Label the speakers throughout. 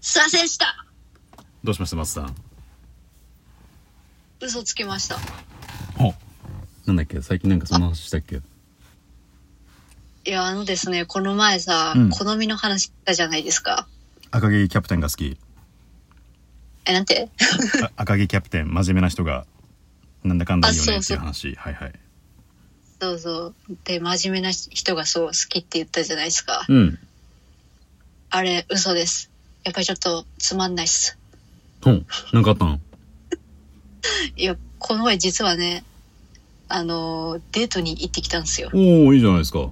Speaker 1: すいませんでした
Speaker 2: どうしました松さん
Speaker 1: 嘘つきました
Speaker 2: おなんだっけ最近なんかその話したっけ
Speaker 1: いやあのですねこの前さ、
Speaker 2: うん
Speaker 1: 好みの話したじゃないですか
Speaker 2: 赤毛キャプテンが好き
Speaker 1: えなんて
Speaker 2: あ赤毛キャプテン真面目な人がなんだかんだいいよね
Speaker 1: あ
Speaker 2: って
Speaker 1: そそう
Speaker 2: いうう話はいはい
Speaker 1: そうそうで真面目な人がそう好きって言ったじゃないですか、
Speaker 2: うん
Speaker 1: あれ嘘ですやっぱりちょっとつまんないっす
Speaker 2: ほんなんかあったの
Speaker 1: いやこの前実はねあのーデートに行ってきたんですよ
Speaker 2: おおいいじゃないですかは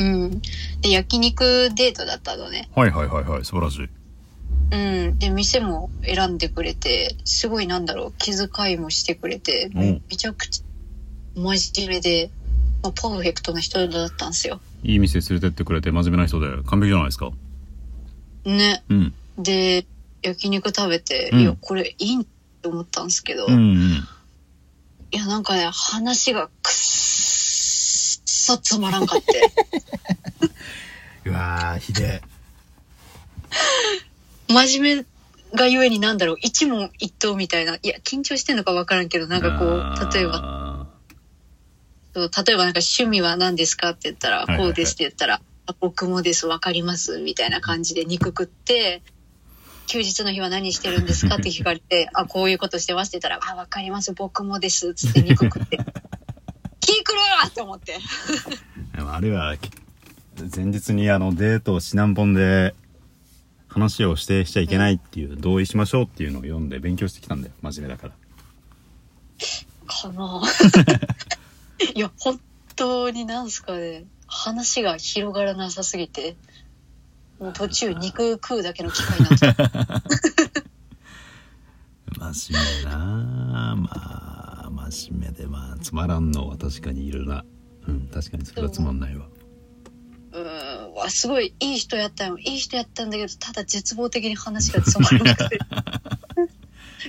Speaker 1: うんで焼肉デートだったのね
Speaker 2: いはいはいはい素晴らしい
Speaker 1: うん。で、店も選んでくれて、すごいなんだろう、気遣いもしてくれて、
Speaker 2: うん
Speaker 1: めちゃくちゃ真面目で、まあ、パーフェクトな人だったんですよ。
Speaker 2: いい店連れてってくれて真面目な人で完璧じゃないですか
Speaker 1: ね。
Speaker 2: うん
Speaker 1: で、焼肉食べて、
Speaker 2: うん
Speaker 1: いや、これいいって思ったんですけど、
Speaker 2: うん
Speaker 1: い
Speaker 2: うん
Speaker 1: や、なんかね、話がくっそつまらんかって。
Speaker 2: うわーひで
Speaker 1: 真面目がゆえになんだろう、一問一答みたいな、いや、緊張してんのかわからんけど、なんかこう、例えば、
Speaker 2: ば
Speaker 1: そう例えばなんか趣味は何ですかって言ったら、
Speaker 2: はいはいはい
Speaker 1: こうですって言ったら、あ僕もです、わかります、みたいな感じで肉食って、休日の日は何してるんですかって聞かれ て、あ、こういうことしてますって言ったら、あ、わかります、僕もです、つって肉食 って。気狂うわと思って。
Speaker 2: でもあれはき前日にあのデートを指南本で話を指定しちゃいけないっていう、同意しましょうっていうのを読んで勉強してきたんだよ真面目だから
Speaker 1: かな いや、本当になんすかね、話が広がらなさすぎて、もう途中肉食うだけの機会になっちゃう。
Speaker 2: 真面目なまあ真面目でまあつまらんのは確かにいるなうん確かにそれはつまんないわ
Speaker 1: うーんわすごいいい人やったよいい人やったんだけどただ絶望的に話がつまらなく て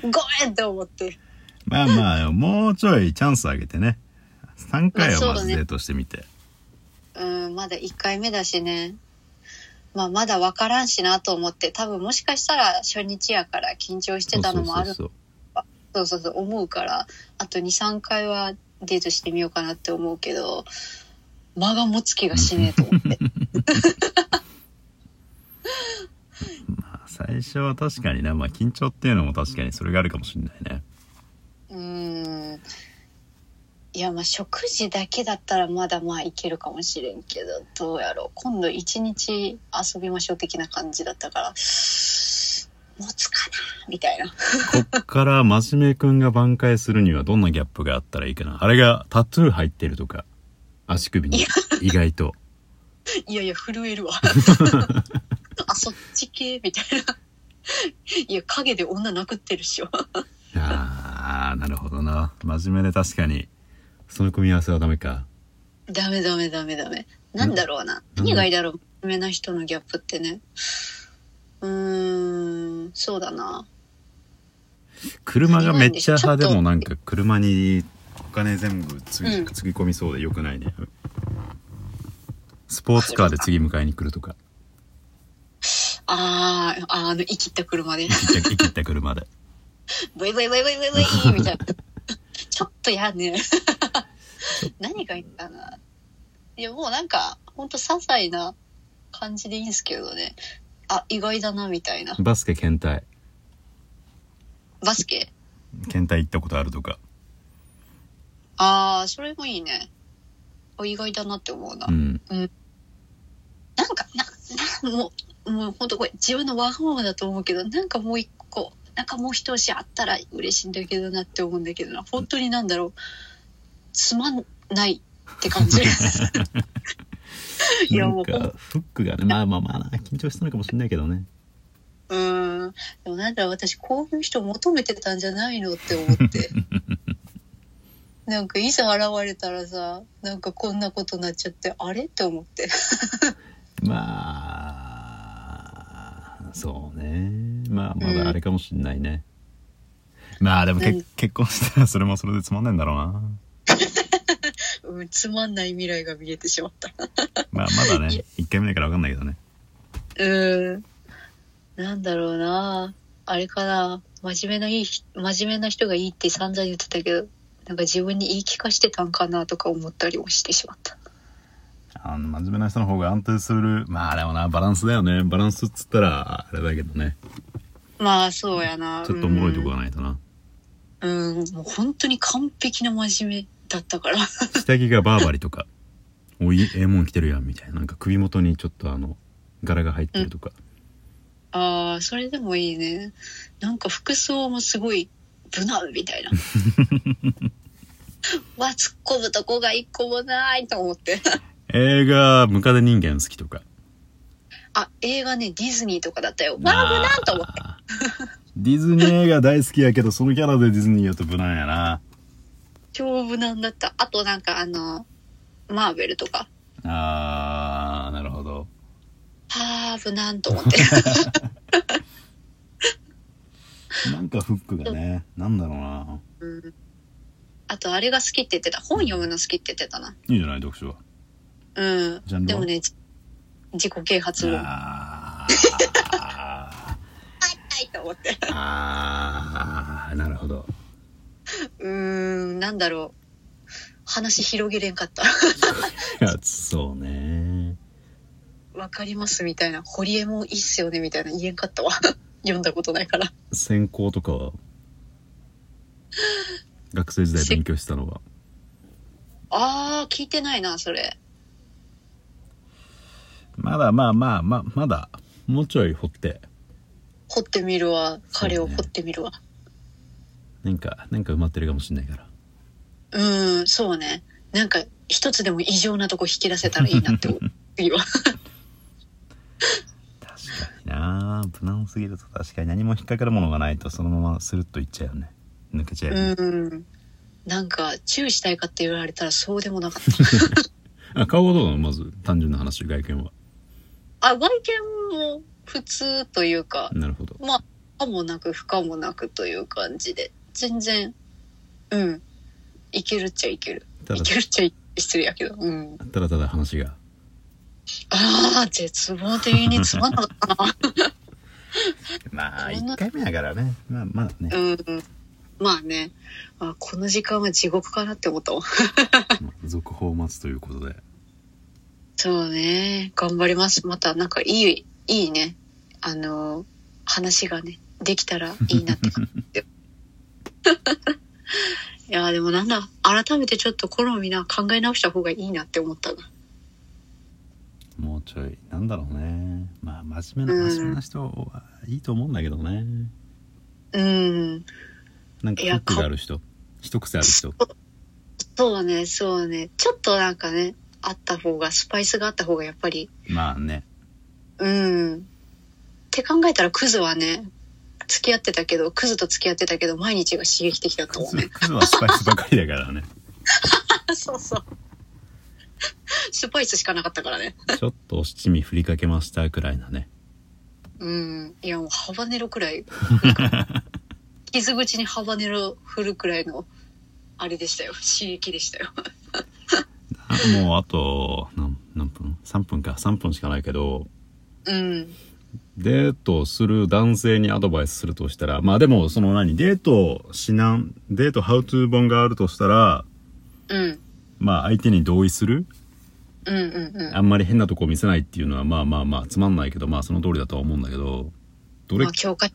Speaker 1: ごめんって思って
Speaker 2: まあまあもうちょいチャンスあげてね3回
Speaker 1: ま
Speaker 2: は
Speaker 1: あ
Speaker 2: ま
Speaker 1: そうだ
Speaker 2: ず
Speaker 1: ね
Speaker 2: デートしてみて、
Speaker 1: うーんまだ1回目だしねまあまだ分からんしなと思って多分もしかしたら初日やから緊張してたのもある
Speaker 2: そ
Speaker 1: そ
Speaker 2: うそう
Speaker 1: うそうそう思うからあと23回はデートしてみようかなって思うけど間が持つ気がしねえと思って
Speaker 2: そうまあ最初は確かになまあ緊張っていうのも確かにそれがあるかもしれないね
Speaker 1: うーんいやまあ食事だけだったらまだまあいけるかもしれんけどどうやろう今度一日遊びましょう的な感じだったから持つかなみたいな
Speaker 2: こっから真面目くんが挽回するにはどんなギャップがあったらいいかなあれがタトゥー入ってるとか足首に意外と
Speaker 1: いやいや震えるわ あそっち系みたいないや影で女殴ってるっしょ
Speaker 2: ああなるほどな真面目で確かにその組み合わせはダメか
Speaker 1: ダメダメダメダメなんだろうな何がいいだろう真面目な人のギャップってねうーんそうだな
Speaker 2: 車がめっちゃ派でもなんか車にお金全部つぎ,、
Speaker 1: うん
Speaker 2: つぎ込みそうでよくないねスポーツカーで次迎えに来るとか
Speaker 1: あーあーあの生きった車 で
Speaker 2: 生きった車で
Speaker 1: ブイブイブイブイブイブイみたいな。 ちょっとやね。 何がいいかな。いや、もうなんか、ほんと些細な感じでいいんですけどね。あ、意外だな、みたいな。
Speaker 2: バスケ検体
Speaker 1: バスケ
Speaker 2: 検体行ったことあるとか
Speaker 1: ああ、それもいいね。あ意外だなって思うな。
Speaker 2: うん
Speaker 1: なんか、な、な、もう、もうほんとこれ自分のわがままだと思うけど、なんかもう一個、なんかもう一押しあったら嬉しいんだけどなって思うんだけどな。本当になんだろう。つまんないって感 じ。いや
Speaker 2: なん
Speaker 1: もうほん
Speaker 2: かフックがねまあまあまあな緊張したのかもしれないけどね
Speaker 1: うーん。でもなんだろう私こういう人求めてたんじゃないのって思 って。なんかいざ現れたらさ、なんかこんなことになっちゃって、あれって思って。
Speaker 2: まあそうねまあまだあれかもしんないね、まあでもけ、
Speaker 1: うん
Speaker 2: 結婚したらそれもそれでつまんないんだろうな
Speaker 1: うん、つまんない未来が見えてしまった。
Speaker 2: まあまだね1回目だから分かんないけどね
Speaker 1: うーん。なんだろうなあれかな真面目ないい人真面目な人がいいって散々言ってたけどなんか自分に言い聞かしてたんかなとか思ったりもしてしまった
Speaker 2: あの、真面目な人の方が安定する。まあ、でもな、バランスだよね。バランスっつったら、あれだけどね。
Speaker 1: まあそうやな
Speaker 2: ちょっとおもろいとこがないとな。
Speaker 1: うん、うんもう本当に完璧な真面目だったから
Speaker 2: 下着がバーバリとか。おい、ええもん着てるやん、みたいな。なんか首元にちょっとあの、柄が入ってるとか。
Speaker 1: ああそれでもいいねなんか服装もすごい無難み たいなわ突っ込むとこが一個もないと思 って
Speaker 2: 映画、ムカデ人間好きとか。
Speaker 1: あ映画ねディズニーとかだったよまあ無難と思って
Speaker 2: あーディズニー映画大好きやけど、そのキャラでディズニーやと無難やな。
Speaker 1: 超無難だったあとなんかあのマーベルとか
Speaker 2: あー、なるほど。
Speaker 1: あー無難と思 って
Speaker 2: なんかフックがね、なんだろうな。
Speaker 1: うんあとあれが好きって言ってた本読むの好きって言ってたない
Speaker 2: いじゃない、読書は。ジ
Speaker 1: う
Speaker 2: ャ
Speaker 1: ん
Speaker 2: ンル
Speaker 1: で
Speaker 2: は
Speaker 1: もねじ自己啓発もあっ
Speaker 2: あー。
Speaker 1: たいと思って
Speaker 2: あー、なるほど。
Speaker 1: うーんなんだろう話広げれんかった
Speaker 2: いや、そうね。
Speaker 1: わかりますみたいなホリエモンいいっすよねみたいな言えんかったわ 読んだことないから
Speaker 2: 専攻とかは学生時代勉強してたのは
Speaker 1: あー聞いてないなそれ
Speaker 2: まだまあまあまあまだもうちょい掘って
Speaker 1: 掘ってみるわ彼を
Speaker 2: そうね
Speaker 1: 掘ってみるわ
Speaker 2: なんかなんか埋まってるかもしんないから
Speaker 1: う,、んそうねなんか一つでも異常なとこ引き出せたらいいなって 思う次は
Speaker 2: 確かにな無難すぎると確かに何も引っかかるものがないとそのままスルッといっちゃうよね抜けちゃうよね、
Speaker 1: うんなんか注意したいかって言われたらそうでもなかった
Speaker 2: あ顔はどうなのまず単純な話外見は
Speaker 1: あ外見も普通というか
Speaker 2: なるほど
Speaker 1: まあ可もなく不可もなくという感じで全然うんいけるっちゃいける
Speaker 2: ただ
Speaker 1: いけるっちゃい失礼やけどうん
Speaker 2: ただただ話が
Speaker 1: ああ絶望的につまんなかったな
Speaker 2: まあ
Speaker 1: こんな
Speaker 2: 1回目やからねまあまだね
Speaker 1: うんまあねあこの時間は地獄かなって思ったわ
Speaker 2: まあ続報を待つということで
Speaker 1: そうね頑張りますまたなんかいいいいねあの話がねできたらいいなって感じ いやでもなんだ改めてちょっと好みな考え直した方がいいなって思ったな
Speaker 2: もうちょいなんだろうねまあ真面目
Speaker 1: う
Speaker 2: なん真面目な人はいいと思うんだけどね
Speaker 1: うん
Speaker 2: なんか
Speaker 1: い
Speaker 2: フ
Speaker 1: や
Speaker 2: ックがある人一癖ある人
Speaker 1: そうねそうねちょっとなんかねあった方がスパイスがあった方がやっぱり
Speaker 2: まあね
Speaker 1: うんって考えたらクズはね付き合ってたけどクズと付き合ってたけど毎日が刺激的だった
Speaker 2: ク
Speaker 1: もん
Speaker 2: ズ
Speaker 1: ね
Speaker 2: クズはスパイスばかりだからね
Speaker 1: そうそう。スパイスしかなかったからね。
Speaker 2: ちょっとお七味振りかけましたくらいなね
Speaker 1: うん。いや、もうハバネロくらい。傷口にハバネロ振るくらいの、あれでしたよ。刺激でしたよ。
Speaker 2: あもうあと何何分3分か3分しかないけど
Speaker 1: うん。
Speaker 2: デートする男性にアドバイスするとしたらまあでもその何デート指南デートハウトゥー本があるとしたら
Speaker 1: うん。
Speaker 2: まあ相手に同意する
Speaker 1: うんうんうん。
Speaker 2: あんまり変なとこ見せないっていうのはまあまあまあつまんないけどまあその通りだとは思うんだけどどれ
Speaker 1: まあ、教科、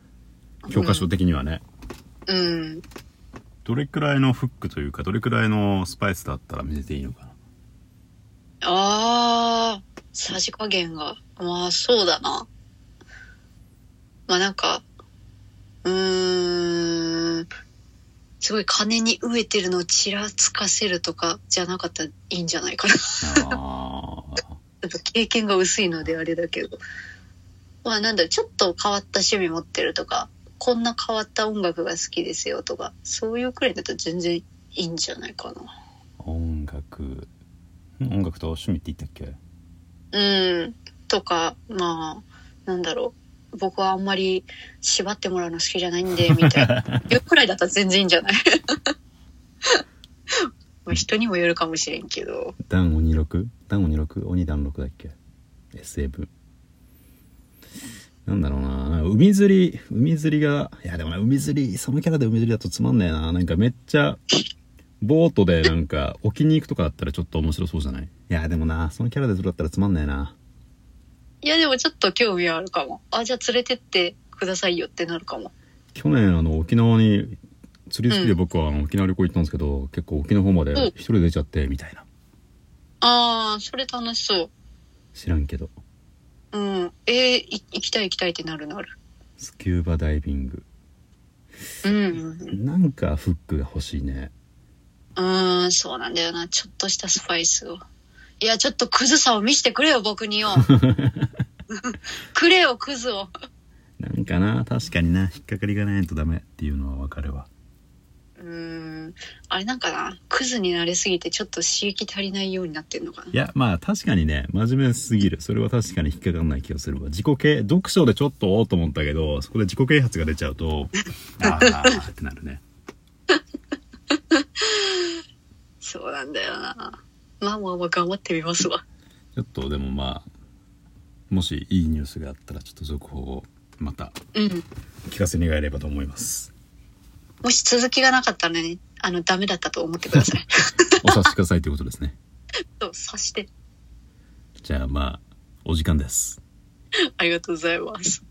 Speaker 2: 教科書的にはね、
Speaker 1: うん。
Speaker 2: どれくらいのフックというかどれくらいのスパイスだったら見せていいのかな
Speaker 1: あー、さじ加減が。まあ、そうだな。まあ、なんか、うーん。すごい金に飢えてるのをちらつかせるとかじゃなかったらいいんじゃないか な。
Speaker 2: あー
Speaker 1: ちょっと経験が薄いのであれだけど。まあなんだ、ちょっと変わった趣味持ってるとか、こんな変わった音楽が好きですよとか、そういうくらいだと全然いいんじゃないかな。
Speaker 2: 音楽ん音楽と趣味って言ったっけ
Speaker 1: うん。とか、まあ、なんだろう。僕はあんまり縛ってもらうの好きじゃないんで、みたいな。いうくらいだったら全然いいんじゃない まあ人にもよるかもしれんけど。
Speaker 2: ダン鬼六ダン鬼六鬼ダン六だっけ SF なんだろうななんか海釣り、海釣りが、いやでもね、海釣り、そのキャラで海釣りだとつまんねえな。なんかめっちゃ、ボートでなんか沖に行くとかだったらちょっと面白そうじゃないいやでもな、そのキャラでそれだったらつまんねえな。
Speaker 1: いやでもちょっと興味はあるかもあじゃあ連れてってくださいよってなるかも
Speaker 2: 去年あの沖縄に釣り好きで僕はあの沖縄旅行行ったんですけど、結構沖の方まで
Speaker 1: うん
Speaker 2: 一人で出ちゃってみたいな
Speaker 1: ああそれ楽しそ
Speaker 2: 知らんけど
Speaker 1: ううんえー、い行きたい行きたいってなるなる
Speaker 2: スキューバダイビング
Speaker 1: うんうんうん
Speaker 2: なんかフックが欲しいね
Speaker 1: うーん、そうなんだよな。ちょっとしたスパイスを。いや、ちょっとクズさを見せてくれよ、僕に よ。くれよ、クズを。
Speaker 2: なんかな確かにな引っかかりがないとダメっていうのはわかるわ。
Speaker 1: うーん。あれなんかな。クズになれすぎて、ちょっと刺激足りないようになってんのかない
Speaker 2: やまあ確かにね真面目すぎるそれは確かに引っかかんない気がするわ自己啓読書でちょっとおうと思ったけどそこで自己啓発が出ちゃうとああってなるね
Speaker 1: そうなんだよな。まあまあまあ、頑張ってみますわ。
Speaker 2: ちょっとでもまあもしいいニュースがあったらちょっと続報をまた
Speaker 1: うん。
Speaker 2: 聞かせ願えればと思います。
Speaker 1: もし続きがなかったらね、あの、ダメだったと思ってくださ い。
Speaker 2: お察しくださいということですね。
Speaker 1: そう、察して。
Speaker 2: じゃあまあ、お時間です。
Speaker 1: ありがとうございます。